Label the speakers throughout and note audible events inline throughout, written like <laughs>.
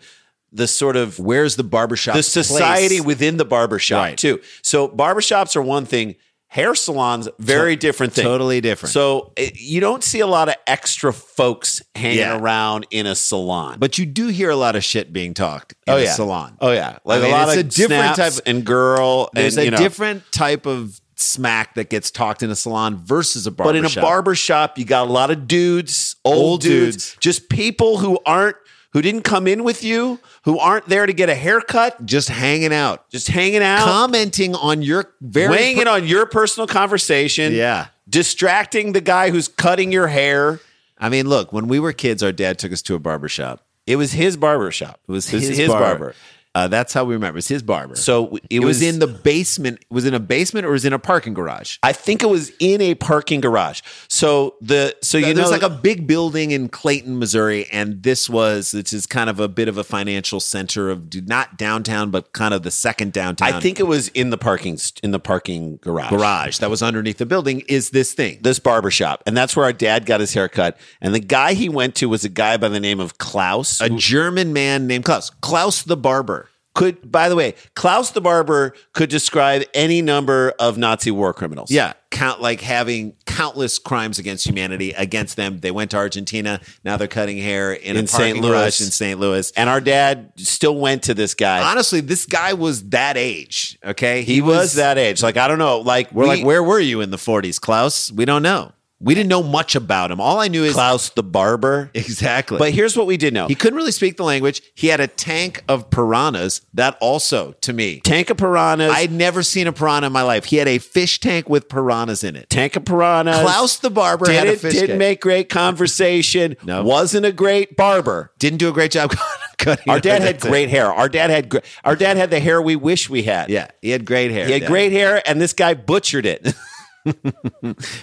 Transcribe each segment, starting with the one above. Speaker 1: the sort of
Speaker 2: Where's the barbershop?
Speaker 1: the society
Speaker 2: place?
Speaker 1: within the barbershop
Speaker 2: Right.
Speaker 1: too. So barbershops are one thing, hair salons very different thing.
Speaker 2: totally different.
Speaker 1: So it, you don't see a lot of extra folks hanging
Speaker 2: Yeah.
Speaker 1: around in a salon.
Speaker 2: But you do hear a lot of shit being talked in
Speaker 1: oh
Speaker 2: a
Speaker 1: yeah,
Speaker 2: salon.
Speaker 1: Oh yeah, like
Speaker 2: mean,
Speaker 1: a lot
Speaker 2: it's
Speaker 1: of
Speaker 2: a different
Speaker 1: different
Speaker 2: type-
Speaker 1: types and girl.
Speaker 2: There's
Speaker 1: and,
Speaker 2: a
Speaker 1: you know,
Speaker 2: different type of smack that gets talked in a salon versus a
Speaker 1: But
Speaker 2: barbershop.
Speaker 1: in a barber shop, you got a lot of dudes, old,
Speaker 2: Old
Speaker 1: dudes,
Speaker 2: dudes.
Speaker 1: just people who aren't who didn't come in with you, who aren't there to get a haircut,
Speaker 2: just hanging out,
Speaker 1: just hanging out,
Speaker 2: commenting on your very
Speaker 1: weighing in on your personal conversation,
Speaker 2: Yeah.
Speaker 1: distracting the guy who's cutting your hair.
Speaker 2: I mean, look, when we were kids, our dad took us to a barbershop.
Speaker 1: It was his barber shop. It
Speaker 2: was
Speaker 1: was
Speaker 2: his
Speaker 1: his,
Speaker 2: barber.
Speaker 1: barber.
Speaker 2: Uh, that's how we remember. It's his barber.
Speaker 1: So
Speaker 2: it, was, in the basement. It was in a basement or it was in a parking garage.
Speaker 1: I think it was in a parking garage. So the so you know
Speaker 2: there's like a big building in Clayton, Missouri, and this was this is kind of a bit of a financial center of do- not downtown, but kind of the second downtown.
Speaker 1: I think it was in the parking st- in the parking garage.
Speaker 2: garage that was underneath the building is this thing.
Speaker 1: This barber shop, and that's where our dad got his haircut. And the guy he went to was a guy by the name of Klaus.
Speaker 2: a German man named Klaus, Klaus the barber.
Speaker 1: could by the way, Klaus the barber could describe any number of Nazi war criminals.
Speaker 2: Yeah, count like having countless crimes against humanity against them. They went to Argentina. Now they're cutting hair in,
Speaker 1: In
Speaker 2: a parking
Speaker 1: St. Louis.
Speaker 2: garage in St. Louis.
Speaker 1: and our dad still went to this guy.
Speaker 2: honestly, this guy was that age. Okay,
Speaker 1: he was that age. Like I don't know. Like
Speaker 2: We're like, where were you in the forties, Klaus? We don't know. We didn't know much about him. All I knew is
Speaker 1: Klaus the barber.
Speaker 2: exactly.
Speaker 1: But here's what we did know.
Speaker 2: he couldn't really speak the language. He had a tank of piranhas. That also, to me,
Speaker 1: Tank of piranhas.
Speaker 2: I'd never seen a piranha in my life. He had a fish tank with piranhas in it.
Speaker 1: Tank of piranhas.
Speaker 2: Klaus the barber had a
Speaker 1: didn't,
Speaker 2: fish
Speaker 1: didn't
Speaker 2: tank.
Speaker 1: make great conversation.
Speaker 2: <laughs> No.
Speaker 1: Wasn't a great barber.
Speaker 2: didn't do a great job <laughs> cutting.
Speaker 1: Our
Speaker 2: it.
Speaker 1: dad had
Speaker 2: That's it.
Speaker 1: great hair. Our dad had gr- our dad had the hair we wish we had.
Speaker 2: Yeah, he had great hair.
Speaker 1: He had
Speaker 2: Dad.
Speaker 1: great hair and this guy butchered it. <laughs>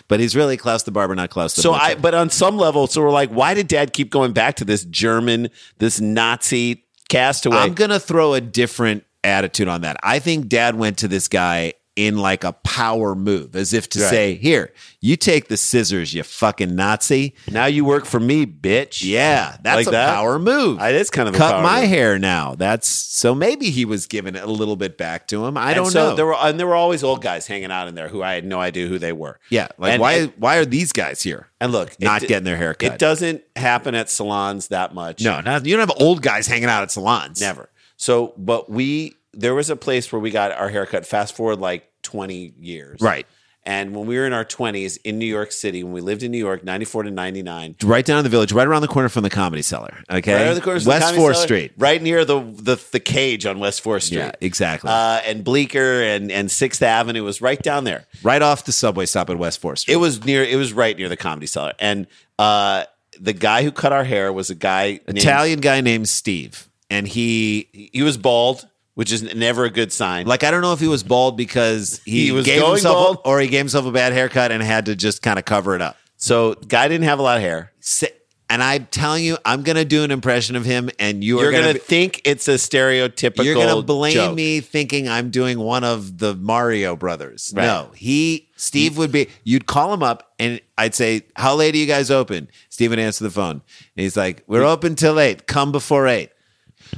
Speaker 2: but he's really Klaus the barber, not Klaus the.
Speaker 1: So
Speaker 2: butcher.
Speaker 1: I but on some level so we're like why did dad keep going back to this German this Nazi castaway?
Speaker 2: I'm gonna throw a different attitude on that. I think Dad went to this guy in like a power move, as if to
Speaker 1: Right.
Speaker 2: say, "Here, you take the scissors, you fucking Nazi."
Speaker 1: now you work for me, bitch.
Speaker 2: Yeah, that's
Speaker 1: Like
Speaker 2: a
Speaker 1: that?
Speaker 2: power move.
Speaker 1: Uh, It is kind of a
Speaker 2: cut
Speaker 1: power
Speaker 2: my
Speaker 1: move.
Speaker 2: hair now. That's so maybe he was giving it a little bit back to him. I
Speaker 1: And
Speaker 2: don't
Speaker 1: so
Speaker 2: know.
Speaker 1: There were and there were always old guys hanging out in there who I had no idea who they were.
Speaker 2: yeah, like
Speaker 1: And-
Speaker 2: why
Speaker 1: and-
Speaker 2: why are these guys here?
Speaker 1: And look, it
Speaker 2: not
Speaker 1: d-
Speaker 2: getting their hair cut.
Speaker 1: It doesn't happen at salons that much.
Speaker 2: No, not, you don't have old guys hanging out at salons.
Speaker 1: Never. So, but we there was a place where we got our haircut. Fast forward like twenty years,
Speaker 2: Right.
Speaker 1: And when we were in our twenties in New York City, when we lived in New York, ninety four to ninety nine.
Speaker 2: Right down in the village, right around the corner from the comedy cellar. Okay.
Speaker 1: Right around the corner from the
Speaker 2: West
Speaker 1: Comedy
Speaker 2: Fourth
Speaker 1: Cellar,
Speaker 2: Street.
Speaker 1: right near the, the the cage on West Fourth Street,
Speaker 2: Yeah, exactly.
Speaker 1: uh, and Bleecker and and Sixth Avenue was right down there.
Speaker 2: right off the subway stop at West Fourth Street.
Speaker 1: It was near. It was right near the Comedy Cellar, and uh, the guy who cut our hair was a guy named-
Speaker 2: Italian guy named Steve, and he
Speaker 1: He was bald, which is never a good sign.
Speaker 2: like I don't know if he was bald because he,
Speaker 1: He was
Speaker 2: gave
Speaker 1: going
Speaker 2: himself
Speaker 1: bald.
Speaker 2: A, or he gave himself a bad haircut and had to just kind of cover it up.
Speaker 1: so, guy didn't have a lot of hair.
Speaker 2: Si- And I'm telling you, I'm gonna do an impression of him, and you are
Speaker 1: You're
Speaker 2: gonna.
Speaker 1: gonna
Speaker 2: be-
Speaker 1: think it's a stereotypical.
Speaker 2: you're gonna blame
Speaker 1: joke.
Speaker 2: me thinking I'm doing one of the Mario brothers.
Speaker 1: Right.
Speaker 2: No, he Steve would be. You'd call him up and I'd say, "How late are you guys open?" Steve would answer the phone, and he's like, "We're
Speaker 1: Mm.
Speaker 2: open till eight. Come before eight.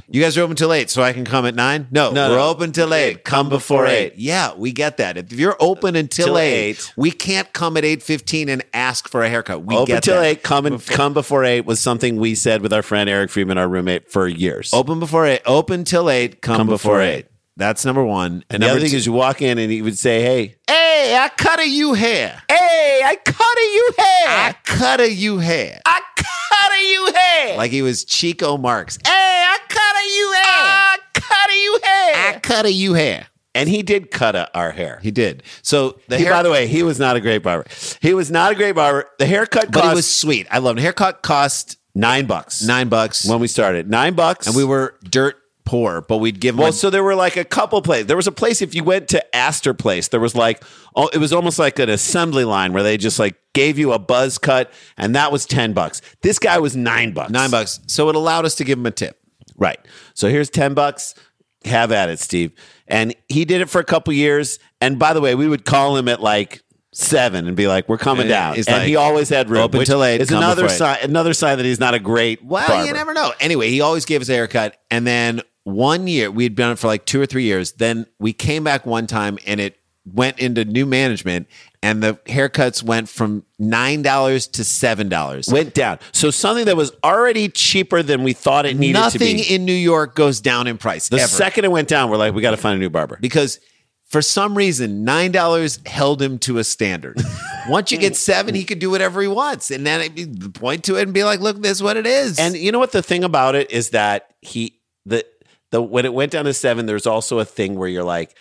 Speaker 2: You guys are open till eight, so I can come at nine. No,
Speaker 1: No,
Speaker 2: we're
Speaker 1: no.
Speaker 2: open till eight. Come before eight. Yeah, we get that. If you're open until
Speaker 1: Till
Speaker 2: eight,
Speaker 1: eight.
Speaker 2: we can't come at eight fifteen and ask for a haircut. We
Speaker 1: Open
Speaker 2: get
Speaker 1: till
Speaker 2: that.
Speaker 1: eight. Come and come before eight was something we said with our friend Eric Freeman, our roommate, for years.
Speaker 2: Open before eight. Open till eight. Come,
Speaker 1: Come
Speaker 2: before
Speaker 1: before
Speaker 2: eight.
Speaker 1: eight.
Speaker 2: That's number one. And
Speaker 1: the
Speaker 2: number
Speaker 1: other thing
Speaker 2: two-
Speaker 1: is, you walk in and he would say, "Hey,
Speaker 2: Hey, I cut a you hair.
Speaker 1: hey, I cut a you hair.
Speaker 2: I cut a you hair.
Speaker 1: I cut a you hair.
Speaker 2: Like he was Chico Marx.
Speaker 1: hey, I cut a you hair. I cut a you hair.
Speaker 2: Ah. I cut a you hair.
Speaker 1: and he did cut a, our hair.
Speaker 2: He did. So the
Speaker 1: He-
Speaker 2: hair,
Speaker 1: by the way, he was not a great barber. He was not a great barber. The haircut
Speaker 2: but
Speaker 1: cost
Speaker 2: it was sweet. I loved it. Haircut cost
Speaker 1: nine bucks.
Speaker 2: nine bucks,
Speaker 1: when we started. Nine bucks.
Speaker 2: and we were dirt poor, but we'd give him.
Speaker 1: Well,
Speaker 2: a-
Speaker 1: so there were like a couple places. There was a place if you went to Astor Place, there was like oh, it was almost like an assembly line where they just like gave you a buzz cut, and that was ten bucks. This guy was nine bucks.
Speaker 2: nine bucks. So it allowed us to give him a tip.
Speaker 1: Right. So here's 10 bucks. Have at it, Steve. And he did it for a couple years. And by the way, we would call him at like seven and be like, we're coming
Speaker 2: Yeah,
Speaker 1: down.
Speaker 2: it's
Speaker 1: And he
Speaker 2: like,
Speaker 1: always had room.
Speaker 2: open
Speaker 1: which
Speaker 2: till eight,
Speaker 1: Is
Speaker 2: come
Speaker 1: another
Speaker 2: before
Speaker 1: sign, another sign that he's not a great
Speaker 2: Well,
Speaker 1: barber.
Speaker 2: you never know. Anyway, he always gave us a haircut. And then one year, we had done it for like two or three years. Then we came back one time and it went into new management, and the haircuts went from $9 to $7.
Speaker 1: Went down. So something that was already cheaper than we thought it needed
Speaker 2: Nothing
Speaker 1: to be.
Speaker 2: in New York goes down in price.
Speaker 1: the
Speaker 2: ever.
Speaker 1: second it went down, we're like, we got to find a new barber.
Speaker 2: because for some reason nine dollars held him to a
Speaker 1: <laughs>
Speaker 2: standard. Once you get seven, he could do whatever he wants, and then it'd be, point to it and be like, "Look, this is what it is."
Speaker 1: And you know what the thing about it is that he the the when it went down to seven, there's also a thing where you're like,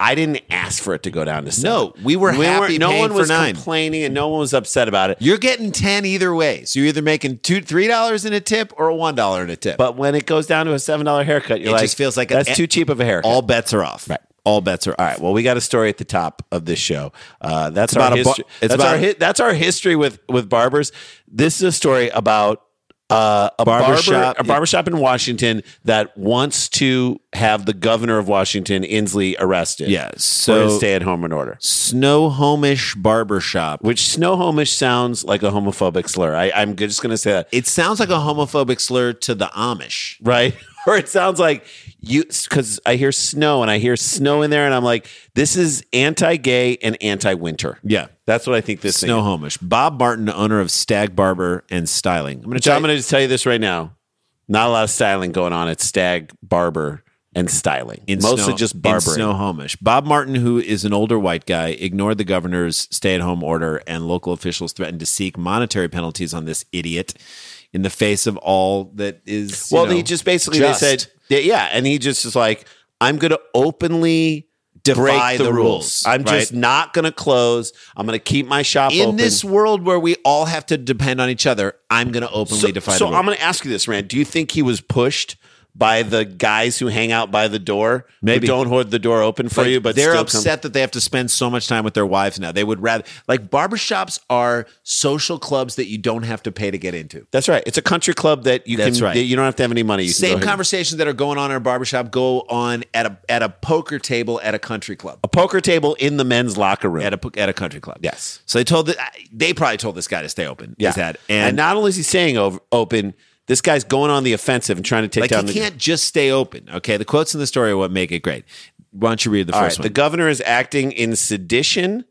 Speaker 1: I didn't ask for it to go down to seven.
Speaker 2: No, we were happy
Speaker 1: no
Speaker 2: paying
Speaker 1: one
Speaker 2: for
Speaker 1: was
Speaker 2: nine.
Speaker 1: complaining, and no one was upset about it.
Speaker 2: You're getting 10 either way. So you're either making two, $3 in a tip or $1 in a tip.
Speaker 1: But when it goes down to a seven dollar haircut, you're
Speaker 2: It
Speaker 1: like,
Speaker 2: just feels like a-
Speaker 1: that's too cheap of a haircut.
Speaker 2: all bets are off.
Speaker 1: Right. All bets are all right. Well, we got a story at the top of this show. Uh, that's
Speaker 2: about
Speaker 1: our
Speaker 2: a bar-
Speaker 1: history.
Speaker 2: it's
Speaker 1: that's
Speaker 2: about-
Speaker 1: our hi- that's our history with with barbers. This is a story about uh, a barber
Speaker 2: Barbershop-
Speaker 1: a barbershop in Washington that wants to have the governor of Washington, Inslee, arrested.
Speaker 2: Yeah.
Speaker 1: for his
Speaker 2: So
Speaker 1: stay at home in order.
Speaker 2: Snow Homish Barbershop.
Speaker 1: Which snow homish sounds like a homophobic slur. I, I'm just going to say that,
Speaker 2: It sounds like a homophobic slur to the Amish.
Speaker 1: right? <laughs> or it sounds like you because I hear snow and I hear snow in there, and I'm like, this is anti-gay and anti-winter.
Speaker 2: Yeah.
Speaker 1: That's what I think this
Speaker 2: Snow
Speaker 1: thing.
Speaker 2: Homish. Bob Martin, owner of Stag Barber and Styling. I'm going
Speaker 1: Which I'm going to just tell you this right now. Not a lot of styling going on at Stag Barber and Styling. Mostly
Speaker 2: Snow-
Speaker 1: just
Speaker 2: In
Speaker 1: barbering.
Speaker 2: Snow Homish. Bob Martin, who is an older white guy, ignored the governor's stay at home order, and local officials threatened to seek monetary penalties on this idiot in the face of all that is. you
Speaker 1: well,
Speaker 2: know,
Speaker 1: he just basically
Speaker 2: just
Speaker 1: they said, yeah, yeah, and he just is like, I'm going to openly
Speaker 2: defy
Speaker 1: break the, rules. I'm
Speaker 2: right?
Speaker 1: just not going to close. I'm going to keep my shop
Speaker 2: in
Speaker 1: open.
Speaker 2: this world where we all have to depend on each other. I'm going to openly
Speaker 1: so,
Speaker 2: defy
Speaker 1: so
Speaker 2: the rules.
Speaker 1: I'm going to ask you this, Rand. Do you think he was pushed by the guys who hang out by the door? who
Speaker 2: Maybe.
Speaker 1: don't hold the door open for
Speaker 2: Like,
Speaker 1: you, but
Speaker 2: they're
Speaker 1: still come-
Speaker 2: upset that they have to spend so much time with their wives now. They would rather like barbershops are social clubs that you don't have to pay to get into.
Speaker 1: That's right. It's a country club that you
Speaker 2: That's
Speaker 1: can.
Speaker 2: right.
Speaker 1: that You don't have to have any money. You can go
Speaker 2: Same
Speaker 1: ahead and-
Speaker 2: conversations that are going on in a barbershop go on at a at a poker table at a country club.
Speaker 1: a poker table in the men's locker room.
Speaker 2: At a po- at a country club.
Speaker 1: Yes.
Speaker 2: So they told the, they probably told this guy to stay open.
Speaker 1: yeah.
Speaker 2: Is that
Speaker 1: and,
Speaker 2: and,
Speaker 1: not only is he saying over, open, this guy's going on the offensive and trying to take
Speaker 2: like
Speaker 1: down
Speaker 2: he
Speaker 1: the.
Speaker 2: can't just stay open. Okay. The quotes in the story are what make it great. Why don't you read the
Speaker 1: All
Speaker 2: first
Speaker 1: right, the
Speaker 2: one?
Speaker 1: governor is acting in sedition.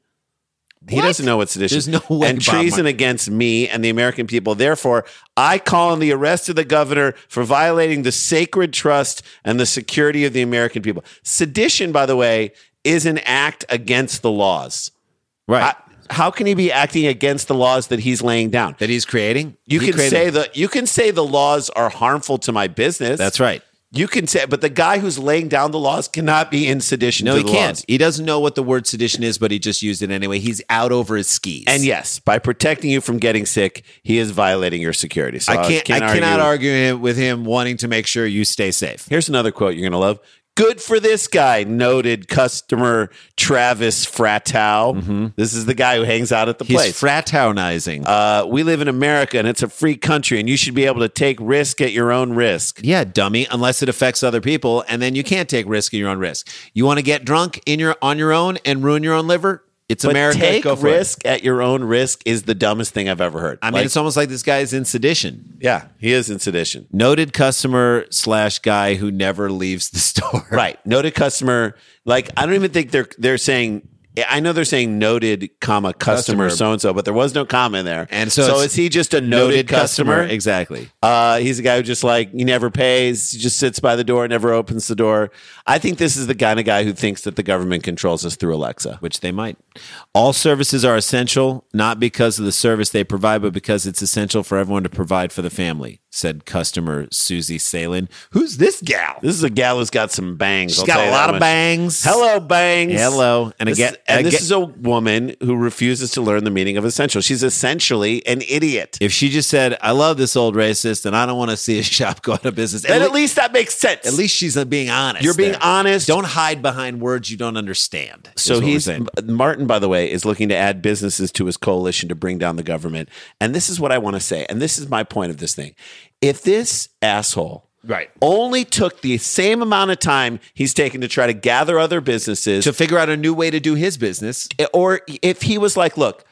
Speaker 1: He
Speaker 2: What?
Speaker 1: doesn't know what sedition.
Speaker 2: There's no way
Speaker 1: And
Speaker 2: Bob
Speaker 1: treason
Speaker 2: Martin-
Speaker 1: against me and the American people. Therefore, I call on the arrest of the governor for violating the sacred trust and the security of the American people. Sedition, by the way, is an act against the laws.
Speaker 2: right.
Speaker 1: I- how can he be acting against the laws that he's laying down?
Speaker 2: that he's creating.
Speaker 1: You
Speaker 2: He
Speaker 1: can
Speaker 2: created-
Speaker 1: say the you can say the laws are harmful to my business.
Speaker 2: That's right.
Speaker 1: You can say, but the guy who's laying down the laws cannot be in sedition.
Speaker 2: No,
Speaker 1: to
Speaker 2: he
Speaker 1: the
Speaker 2: can't.
Speaker 1: laws.
Speaker 2: He doesn't know what the word sedition is, but he just used it anyway. He's out over his skis.
Speaker 1: And yes, by protecting you from getting sick, he is violating your security. So
Speaker 2: I can't. I,
Speaker 1: Uh, can't
Speaker 2: cannot argue it with him wanting to make sure you stay safe.
Speaker 1: Here's another quote you're going to love. Good for this guy, noted customer Travis Fratow. This is the guy who hangs out at the
Speaker 2: He's
Speaker 1: place.
Speaker 2: fraternizing.
Speaker 1: uh, we live in America and it's a free country, and you should be able to take risk at your own risk.
Speaker 2: yeah, dummy. Unless it affects other people, and then you can't take risk at your own risk. You want to get drunk in your on your own and ruin your own liver? It's America.
Speaker 1: Take
Speaker 2: Go for it.
Speaker 1: risk at your own risk is the dumbest thing I've ever heard.
Speaker 2: I mean,
Speaker 1: Like,
Speaker 2: it's almost like this guy is in sedition.
Speaker 1: yeah, he is in sedition.
Speaker 2: Noted customer slash guy who never leaves the <laughs> store.
Speaker 1: Right. Noted customer. Like I don't even think they're they're saying. I know they're saying noted, comma customer
Speaker 2: Customer.
Speaker 1: so and so, but there was no comma in there.
Speaker 2: And so
Speaker 1: so
Speaker 2: it's
Speaker 1: is he just a
Speaker 2: Noted
Speaker 1: noted, customer?
Speaker 2: customer. Exactly.
Speaker 1: Uh, he's a guy who just like he never pays. He just sits by the door, never opens the door. I think this is the kind of guy who thinks that the government controls us through Alexa.
Speaker 2: which they might. All services are essential, not because of the service they provide, but because it's essential for everyone to provide for the family, said customer Susie Salen. Who's this gal?
Speaker 1: This is a gal who's got some bangs.
Speaker 2: She's
Speaker 1: I'll
Speaker 2: got
Speaker 1: tell
Speaker 2: a
Speaker 1: you
Speaker 2: lot
Speaker 1: that
Speaker 2: of
Speaker 1: much.
Speaker 2: bangs.
Speaker 1: Hello, bangs.
Speaker 2: Hello. And
Speaker 1: This
Speaker 2: again,
Speaker 1: is- and this
Speaker 2: again-
Speaker 1: is a woman who refuses to learn the meaning of essential. She's essentially an idiot.
Speaker 2: If she just said, I love this old racist and I don't want to see a <laughs> shop go out of business,
Speaker 1: then
Speaker 2: le-
Speaker 1: at least that makes sense.
Speaker 2: at least she's being honest.
Speaker 1: You're being
Speaker 2: there.
Speaker 1: honest.
Speaker 2: Don't hide behind words you don't understand. is
Speaker 1: So
Speaker 2: what we're
Speaker 1: he's
Speaker 2: saying.
Speaker 1: Martin, by the way, is looking to add businesses to his coalition to bring down the government. And this is what I want to say. And this is my point of this thing. If this asshole
Speaker 2: Right.
Speaker 1: only took the same amount of time he's taken to try to gather other businesses, Eh,
Speaker 2: to figure out a new way to do his business.
Speaker 1: or if he was like, look,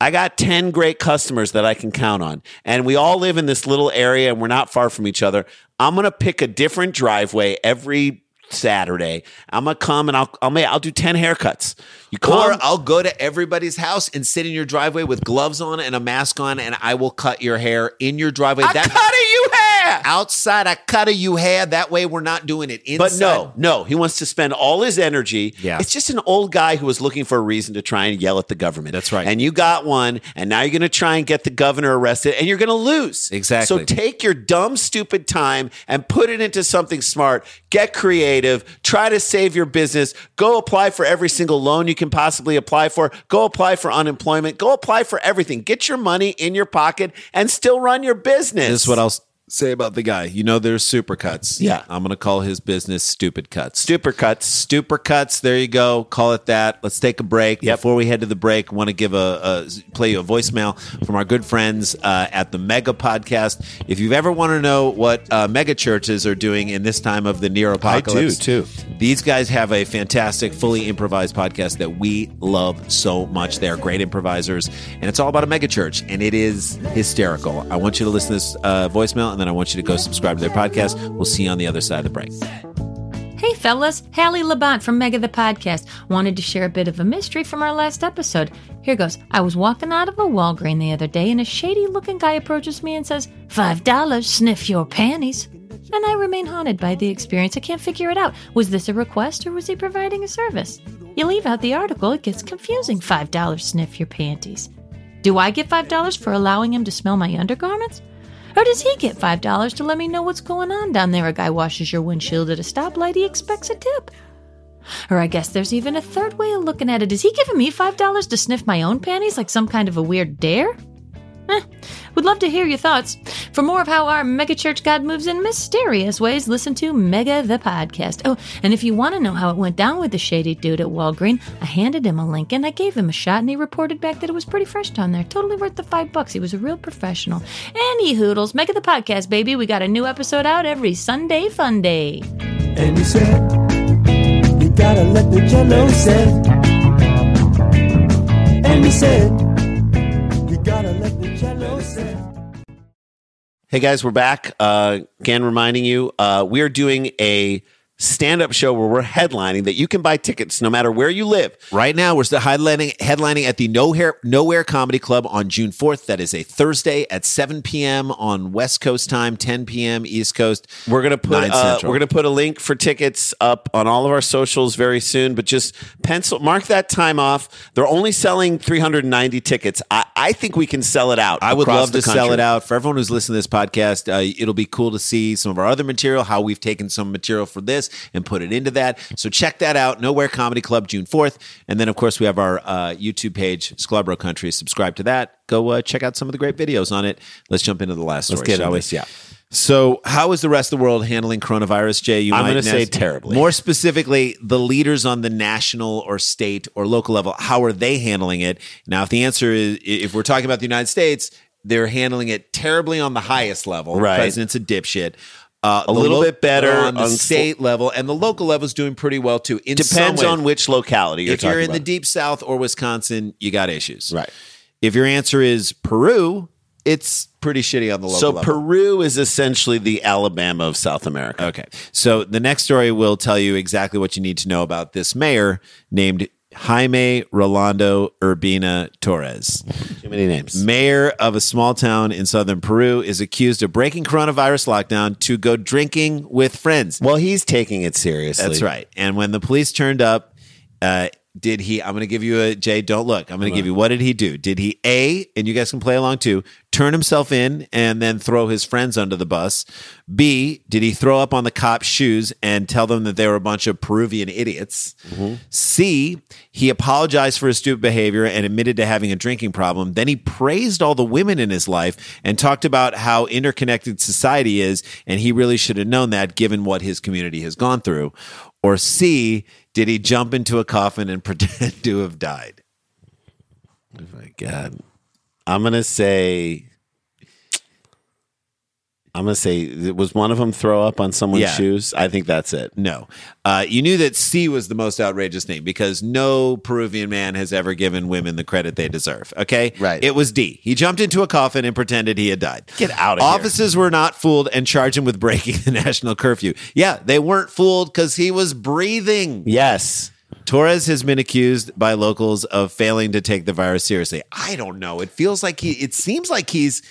Speaker 1: I got 10 great customers that I can count on, and we all live in this little area and we're not far from each other. I'm going to pick a different driveway every Saturday. I'm going to come and I'll, I'll, ma- I'll do 10 haircuts. You come.
Speaker 2: Or I'll go to everybody's house and sit in your driveway with gloves on and a mask on, and I will cut your hair in your driveway.
Speaker 1: I
Speaker 2: That-
Speaker 1: cut it, you hair.
Speaker 2: outside I cut of you hair. That way we're not doing it inside. But no, no, he wants to spend all his energy.
Speaker 1: Yeah.
Speaker 2: It's just an old guy who was looking for a reason to try and yell at the government.
Speaker 1: That's right.
Speaker 2: And you got one, and now you're gonna try and get the governor arrested and you're gonna lose.
Speaker 1: Exactly.
Speaker 2: So take your dumb, stupid time and put it into something smart. Get creative. Try to save your business. Go apply for every single loan you can possibly apply for. Go apply for unemployment. Go apply for everything. Get your money in your pocket and still run your business.
Speaker 1: This is what I'll s- say about the guy. You know, there's supercuts.
Speaker 2: Yeah.
Speaker 1: I'm going to call his business Stupid Cuts.
Speaker 2: Super cuts.
Speaker 1: Stupid cuts. There you go. Call it that. Let's take a break.
Speaker 2: Yep.
Speaker 1: Before we head to the break, want to give a, a play you a voicemail from our good friends uh, at the Mega Podcast. If you've ever want to know what uh, mega churches are doing in this time of the near apocalypse,
Speaker 2: too.
Speaker 1: These guys have a fantastic, fully improvised podcast that we love so much. They are great improvisers, and it's all about a mega church, and it is hysterical. I want you to listen to this uh, voicemail, and then I want you to go subscribe to their podcast. We'll see you on the other side of the break.
Speaker 3: Hey fellas, Hallie Labont from Mega the Podcast wanted to share a bit of a mystery from our last episode. Here goes. I was walking out of a Walgreen the other day and a shady looking guy approaches me and says, Five dollars, sniff your panties. And I remain haunted by the experience. I can't figure it out. Was this a request or was he providing a service? You leave out the article, it gets confusing. Five dollars, sniff your panties. Do I get five dollars for allowing him to smell my undergarments? Or does he get $5 to let me know what's going on down there? A guy washes your windshield at a stoplight, he expects a tip. Or I guess there's even a third way of looking at it. Is he giving me $5 to sniff my own panties like some kind of a weird dare? Eh, would love to hear your thoughts. For more of how our megachurch God moves in mysterious ways, listen to Mega the Podcast. Oh, and if you want to know how it went down with the shady dude at Walgreen, I handed him a link and I gave him a shot, and he reported back that it was pretty fresh down there. Totally worth the five bucks. He was a real professional. Any hoodles, Mega the Podcast, baby. We got a new episode out every Sunday, fun day.
Speaker 4: And he said, You gotta let the jello set. And he said, You gotta let the jello set.
Speaker 2: Hey guys, we're back. Uh, again, reminding you, uh, we are doing a stand-up show where we're headlining that you can buy tickets no matter where you live.
Speaker 1: Right now, we're still headlining, headlining at the Nowhere, Nowhere Comedy Club on June 4th. That is a Thursday at 7 p.m. on West Coast time, 10 p.m. East Coast.
Speaker 2: We're gonna put
Speaker 1: 9
Speaker 2: uh,
Speaker 1: Central.
Speaker 2: we're gonna put a link for tickets up on all of our socials very soon. But just pencil mark that time off. They're only selling 390 tickets. I, I think we can sell it out.
Speaker 1: I would
Speaker 2: across
Speaker 1: love
Speaker 2: the
Speaker 1: to sell
Speaker 2: country.
Speaker 1: it out for everyone who's listening to this podcast. Uh, it'll be cool to see some of our other material, how we've taken some material for this and put it into that. So check that out. Nowhere Comedy Club, June fourth, and then of course we have our uh, YouTube page, Scarborough Country. Subscribe to that. Go uh, check out some of the great videos on it. Let's jump into the last story.
Speaker 2: Let's get
Speaker 1: shall
Speaker 2: into
Speaker 1: we?
Speaker 2: this, yeah.
Speaker 1: So, how is the rest of the world handling coronavirus, Jay? You
Speaker 2: I'm
Speaker 1: might
Speaker 2: gonna say
Speaker 1: ask-
Speaker 2: terribly.
Speaker 1: More specifically, the leaders on the national or state or local level, how are they handling it? Now, if the answer is, if we're talking about the United States, they're handling it terribly on the highest level.
Speaker 2: Right.
Speaker 1: The president's a dipshit. Uh, a
Speaker 2: little bit better
Speaker 1: on the
Speaker 2: on-
Speaker 1: state level, and the local level is doing pretty well too. In
Speaker 2: Depends
Speaker 1: some ways.
Speaker 2: on which locality you're
Speaker 1: if you're
Speaker 2: talking
Speaker 1: in the
Speaker 2: about.
Speaker 1: deep south or Wisconsin, you got issues.
Speaker 2: Right.
Speaker 1: If your answer is Peru, it's pretty shitty on the local
Speaker 2: So
Speaker 1: level.
Speaker 2: Peru is essentially the Alabama of South America.
Speaker 1: Okay. So the next story will tell you exactly what you need to know about this mayor named Jaime Rolando Urbina Torres.
Speaker 2: Too many names.
Speaker 1: Mayor of a small town in southern Peru is accused of breaking coronavirus lockdown to go drinking with friends.
Speaker 2: Well, he's taking it seriously.
Speaker 1: That's right. And when the police turned up, uh, did he? I'm going to give you a Jay. Don't look. I'm going to give you. What did he do? Did he a? And you guys can play along too. Turn himself in and then throw his friends under the bus. B. Did he throw up on the cop's shoes and tell them that they were a bunch of Peruvian idiots? C. He apologized for his stupid behavior and admitted to having a drinking problem. Then he praised all the women in his life and talked about how interconnected society is, and he really should have known that given what his community has gone through. Or C, did he jump into a coffin and <laughs> pretend to have died?
Speaker 2: Oh My God. I'm gonna say I'm gonna say it was one of them throw up on someone's
Speaker 1: Yeah.
Speaker 2: shoes. I think that's it.
Speaker 1: No. Uh, you knew that C was the most outrageous thing because no Peruvian man has ever given women the credit they deserve. Okay?
Speaker 2: Right.
Speaker 1: It was D. He jumped into a coffin and pretended he had died.
Speaker 2: Get outta here.
Speaker 1: Officers were not fooled and charged him with breaking <laughs> the national curfew. Yeah, they weren't fooled because he was breathing.
Speaker 2: Yes.
Speaker 1: Torres has been accused by locals of failing to take the virus seriously. I don't know. It feels like he, it seems like he's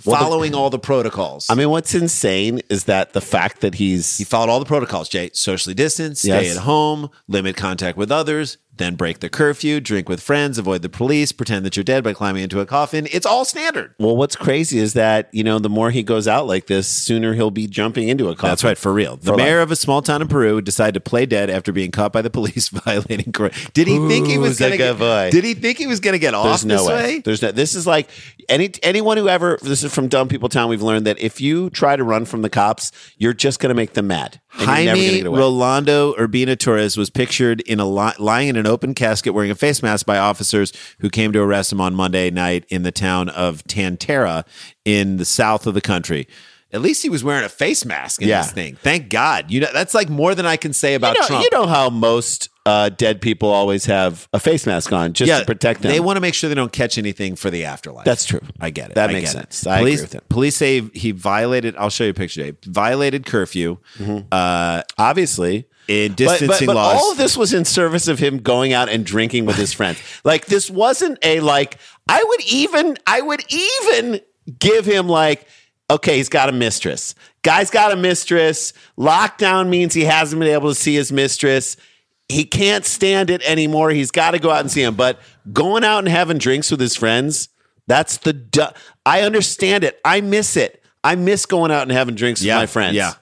Speaker 1: following all the protocols.
Speaker 5: I mean, what's insane is that the fact that he's
Speaker 1: he followed all the protocols, Jay. Socially distance, stay
Speaker 5: Yes.
Speaker 1: at home, limit contact with others, then break the curfew, drink with friends, avoid the police, pretend that you're dead by climbing into a coffin. It's all standard.
Speaker 5: well, what's crazy is that you know the more he goes out like this, sooner he'll be jumping into a coffin.
Speaker 1: That's right, for real. The
Speaker 5: For life.
Speaker 1: mayor of a small town in Peru decided to play dead after being caught by the <laughs> police violating. Cor- did he think he
Speaker 5: Ooh,
Speaker 1: was going to
Speaker 5: Zucca
Speaker 1: get?
Speaker 5: boy.
Speaker 1: Did he think he was going to get off
Speaker 5: There's no
Speaker 1: this
Speaker 5: way.
Speaker 1: way?
Speaker 5: There's no. This is like any anyone who ever. This is from Dumb People Town. We've learned that if you try to run from the cops, you're just going to make them mad. And you're never gonna
Speaker 1: Jaime
Speaker 5: get away.
Speaker 1: Rolando Urbina Torres was pictured in a li- lying in an open casket wearing a face mask by officers who came to arrest him on Monday night in the town of Tantera in the south of the country. At least he was wearing a face mask in
Speaker 5: Yeah.
Speaker 1: this thing. Thank God. You know that's like more than I can say about
Speaker 5: you know,
Speaker 1: Trump.
Speaker 5: you know how most uh, dead people always have a face mask on just to protect them.
Speaker 1: They want to make sure they don't catch anything for the afterlife.
Speaker 5: That's true.
Speaker 1: I get it.
Speaker 5: That
Speaker 1: I
Speaker 5: makes
Speaker 1: get it.
Speaker 5: sense. I agree
Speaker 1: police,
Speaker 5: with him.
Speaker 1: Police say he violated. I'll show you a picture. Dave. Violated curfew, uh,
Speaker 5: obviously.
Speaker 1: in
Speaker 5: Mm-hmm. But-
Speaker 1: distancing
Speaker 5: but, but,
Speaker 1: laws.
Speaker 5: all of this was in service of him going out and drinking with his
Speaker 1: <laughs>
Speaker 5: friends. Like this wasn't a like. I would even I would even give him like okay, he's got a mistress. Guy's got a mistress. Lockdown means he hasn't been able to see his mistress. He can't stand it anymore. He's got to go out and see him. But going out and having drinks with his friends, that's the. Du- I understand it. I miss it. I miss going out and having drinks
Speaker 1: Yeah,
Speaker 5: with my friends.
Speaker 1: yeah.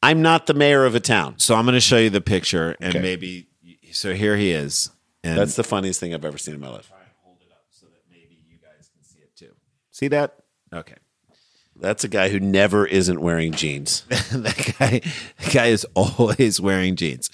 Speaker 5: I'm not the mayor of a town.
Speaker 1: So I'm going to show you the picture, and maybe so. Here he is, and
Speaker 5: That's the funniest thing I've ever seen in my life.
Speaker 1: see that? Okay,
Speaker 5: That's a guy who never isn't wearing jeans.
Speaker 1: <laughs> that guy, that guy is always wearing jeans.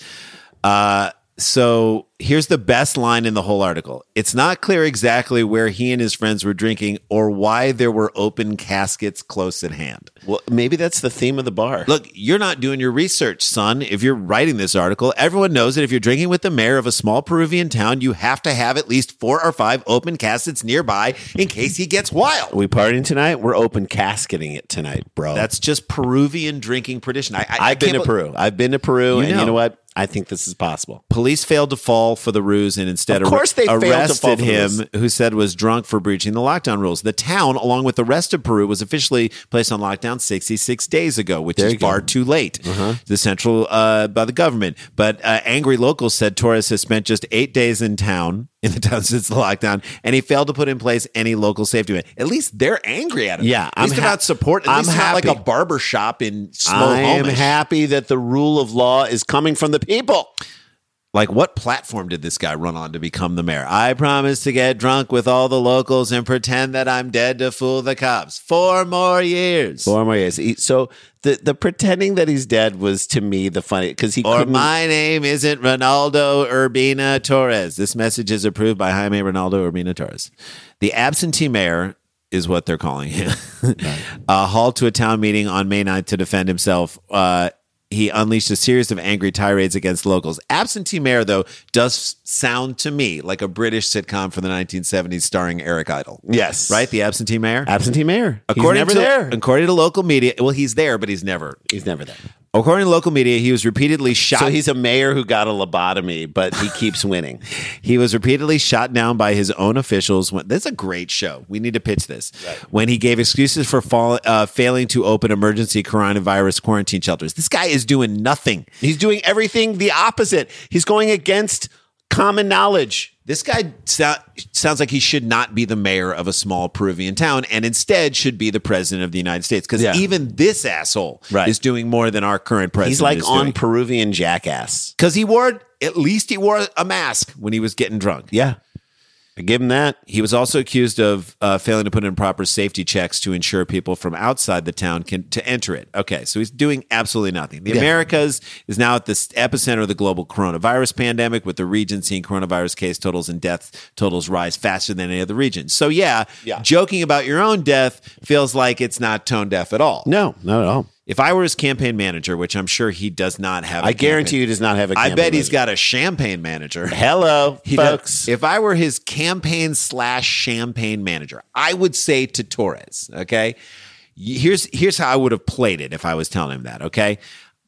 Speaker 1: Uh, so here's the best line in the whole article. It's not clear exactly where he and his friends were drinking or why there were open caskets close at hand.
Speaker 5: Well, maybe that's the theme of the bar.
Speaker 1: Look, you're not doing your research, son. If you're writing this article, everyone knows that if you're drinking with the mayor of a small Peruvian town, you have to have at least four or five open caskets nearby in case he gets wild.
Speaker 5: we partying tonight. We're open casketing it tonight, bro.
Speaker 1: That's just Peruvian drinking tradition. I, I, I
Speaker 5: I've been to
Speaker 1: can't bel-
Speaker 5: Peru. I've been to Peru,
Speaker 1: You
Speaker 5: and
Speaker 1: know.
Speaker 5: you know what? I think this is possible.
Speaker 1: Police failed to fall for the ruse and instead
Speaker 5: Of course they failed to fall
Speaker 1: arrested
Speaker 5: for the
Speaker 1: him,
Speaker 5: ruse.
Speaker 1: who said was drunk for breaching the lockdown rules. The town, along with the rest of Peru, was officially placed on lockdown 66 days ago, which is far too late.
Speaker 5: Uh-huh.
Speaker 1: The central uh, by the government, but uh, angry locals said Torres has spent just eight days in town <laughs> in the town since the lockdown, and he failed to put in place any local safety. measure. At least they're angry at him.
Speaker 5: Yeah,
Speaker 1: at
Speaker 5: I'm
Speaker 1: least
Speaker 5: hap-
Speaker 1: about support. At
Speaker 5: I'm
Speaker 1: least not like
Speaker 5: happy.
Speaker 1: a barber shop in slow
Speaker 5: I am happy that the rule of law is coming from the people.
Speaker 1: like what platform did this guy run on to become the mayor? I promise to get drunk with all the locals and pretend that I'm dead to fool the cops. Four more years.
Speaker 5: Four more years. He- So the the pretending that he's dead was to me the funny because he
Speaker 1: Or
Speaker 5: couldn't-
Speaker 1: my name isn't Ronaldo Urbina Torres. This message is approved by Jaime Ronaldo Urbina Torres. The absentee mayor is what they're
Speaker 5: <laughs>
Speaker 1: calling him. uh, hauled to a town meeting on May 9th to defend himself. Uh, he unleashed a series of angry tirades against locals. Absentee mayor, though, does sound to me like a British sitcom from the 1970s starring Eric Idle.
Speaker 5: yes
Speaker 1: Right? The absentee mayor?
Speaker 5: absentee mayor.
Speaker 1: According
Speaker 5: he's never
Speaker 1: to,
Speaker 5: there.
Speaker 1: According to local media, well, he's there, but he's never.
Speaker 5: He's never there.
Speaker 1: According to local media, he was repeatedly shot.
Speaker 5: So he's a mayor who got a lobotomy, but he keeps winning.
Speaker 1: He was repeatedly shot down by his own officials. When, this is a great show. We need to pitch this. When he gave excuses for fall, uh, failing to open emergency coronavirus quarantine shelters. This guy is doing nothing.
Speaker 5: He's doing everything the opposite. He's going against common knowledge.
Speaker 1: This guy sou- sounds like he should not be the mayor of a small Peruvian town and instead should be the president of the United States because
Speaker 5: Yeah.
Speaker 1: even this asshole
Speaker 5: Right.
Speaker 1: is doing more than our current president.
Speaker 5: He's like
Speaker 1: is
Speaker 5: on
Speaker 1: doing.
Speaker 5: Peruvian jackass.
Speaker 1: because he wore at least he wore a mask when he was getting drunk.
Speaker 5: Yeah. I give him that.
Speaker 1: He was also accused of uh, failing to put in proper safety checks to ensure people from outside the town can to enter it. Okay, so he's doing absolutely nothing. The Americas is now at the s- epicenter of the global coronavirus pandemic, with the region seeing coronavirus case totals and death totals rise faster than any other region. So yeah,
Speaker 5: Yeah.
Speaker 1: joking about your own death feels like it's not tone deaf at all.
Speaker 5: No, not at all.
Speaker 1: If I were his campaign manager, which I'm sure he does not have, I
Speaker 5: I guarantee you he does not have a
Speaker 1: I
Speaker 5: camera
Speaker 1: bet he's
Speaker 5: ready.
Speaker 1: got a
Speaker 5: <laughs>
Speaker 1: champagne manager.
Speaker 5: Hello,
Speaker 1: He does-
Speaker 5: folks.
Speaker 1: if I were his campaign slash champagne manager, I would say to Torres, okay, y- here's here's how I would have played it if I was telling him that, okay.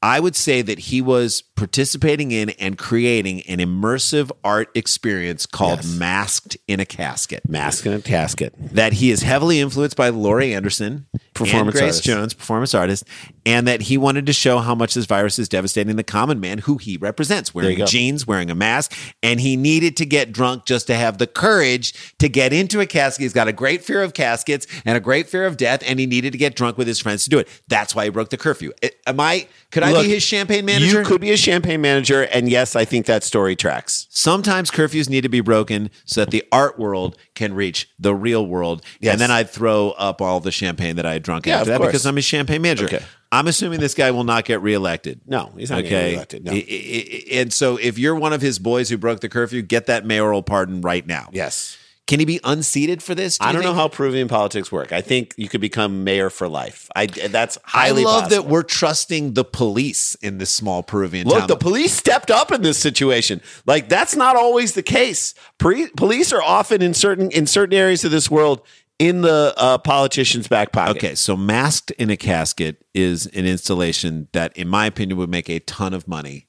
Speaker 1: I would say that he was participating in and creating an immersive art experience called Masked in a Casket.
Speaker 5: Mask in a casket.
Speaker 1: That he is heavily influenced by Laurie Anderson
Speaker 6: Performance
Speaker 1: and Grace
Speaker 6: artist.
Speaker 1: Jones, performance artist, and that he wanted to show how much this virus is devastating the common man who he represents, wearing jeans, wearing a mask, and he needed to get drunk just to have the courage to get into a casket. He's got a great fear of caskets and a great fear of death, and he needed to get drunk with his friends to do it. That's why he broke the curfew. I- Am I? Could I
Speaker 2: Look,
Speaker 1: be his champagne manager?
Speaker 2: You could be a champagne manager, and yes, I think that story tracks.
Speaker 1: Sometimes curfews need to be broken so that the art world can reach the real world.
Speaker 2: Yes.
Speaker 1: And then I'd throw up all the champagne that I had drunk
Speaker 2: Yeah,
Speaker 1: after
Speaker 2: of
Speaker 1: that
Speaker 2: course.
Speaker 1: because I'm a champagne manager.
Speaker 2: Okay.
Speaker 1: I'm assuming this guy will not get reelected.
Speaker 2: No, he's not getting reelected, no.
Speaker 1: I- I- I- and so if you're one of his boys who broke the curfew, get that mayoral pardon right now.
Speaker 2: Yes.
Speaker 1: Can he be unseated for this?
Speaker 2: I
Speaker 1: you
Speaker 2: don't know
Speaker 1: think?
Speaker 2: how Peruvian politics work. I think you could become mayor for life. I that's highly
Speaker 1: I love
Speaker 2: possible.
Speaker 1: that we're trusting the police in this small Peruvian
Speaker 2: Look,
Speaker 1: town.
Speaker 2: the police stepped up in this situation. Like that's not always the case. Pre- police are often in certain in certain areas of this world in the uh, politician's back pocket.
Speaker 1: Okay, so Masked in a Casket is an installation that, in my opinion, would make a ton of money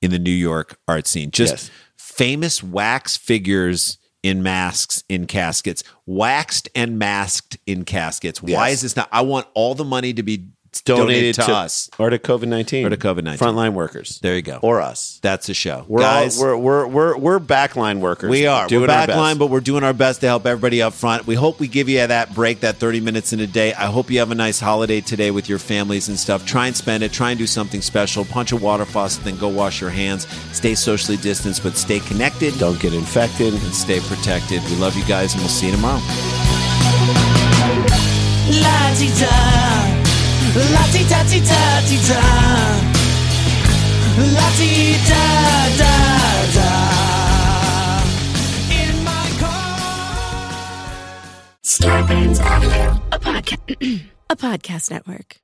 Speaker 1: in the New York art scene. Just
Speaker 2: Yes.
Speaker 1: famous wax figures in masks, in caskets, waxed and masked in caskets. Why
Speaker 2: Yes.
Speaker 1: is this not? I want all the money to be
Speaker 2: donated,
Speaker 1: donated, to, us.
Speaker 2: or to COVID nineteen
Speaker 1: Or to COVID-19.
Speaker 2: frontline workers.
Speaker 1: There you go.
Speaker 2: or us.
Speaker 1: That's a show.
Speaker 2: We're
Speaker 1: Guys,
Speaker 2: all, we're we're we're we're backline workers.
Speaker 1: we are.
Speaker 2: doing
Speaker 1: we're
Speaker 2: our
Speaker 1: back
Speaker 2: best.
Speaker 1: line, but we're doing our best to help everybody up front. We hope we give you that break, that 30 minutes in a day. I hope you have a nice holiday today with your families and stuff. Try and spend it. Try and do something special. Punch a water faucet, then go wash your hands. Stay socially distanced, but stay connected. Don't get infected. And stay protected. We love you guys, and we'll see you tomorrow.
Speaker 4: La-ti-ta, la-ti-ta-ti-ta-ti-ta, la-ti-da-da-da. In my car.
Speaker 7: Scarpins Audio.
Speaker 8: <clears throat> a podcast network.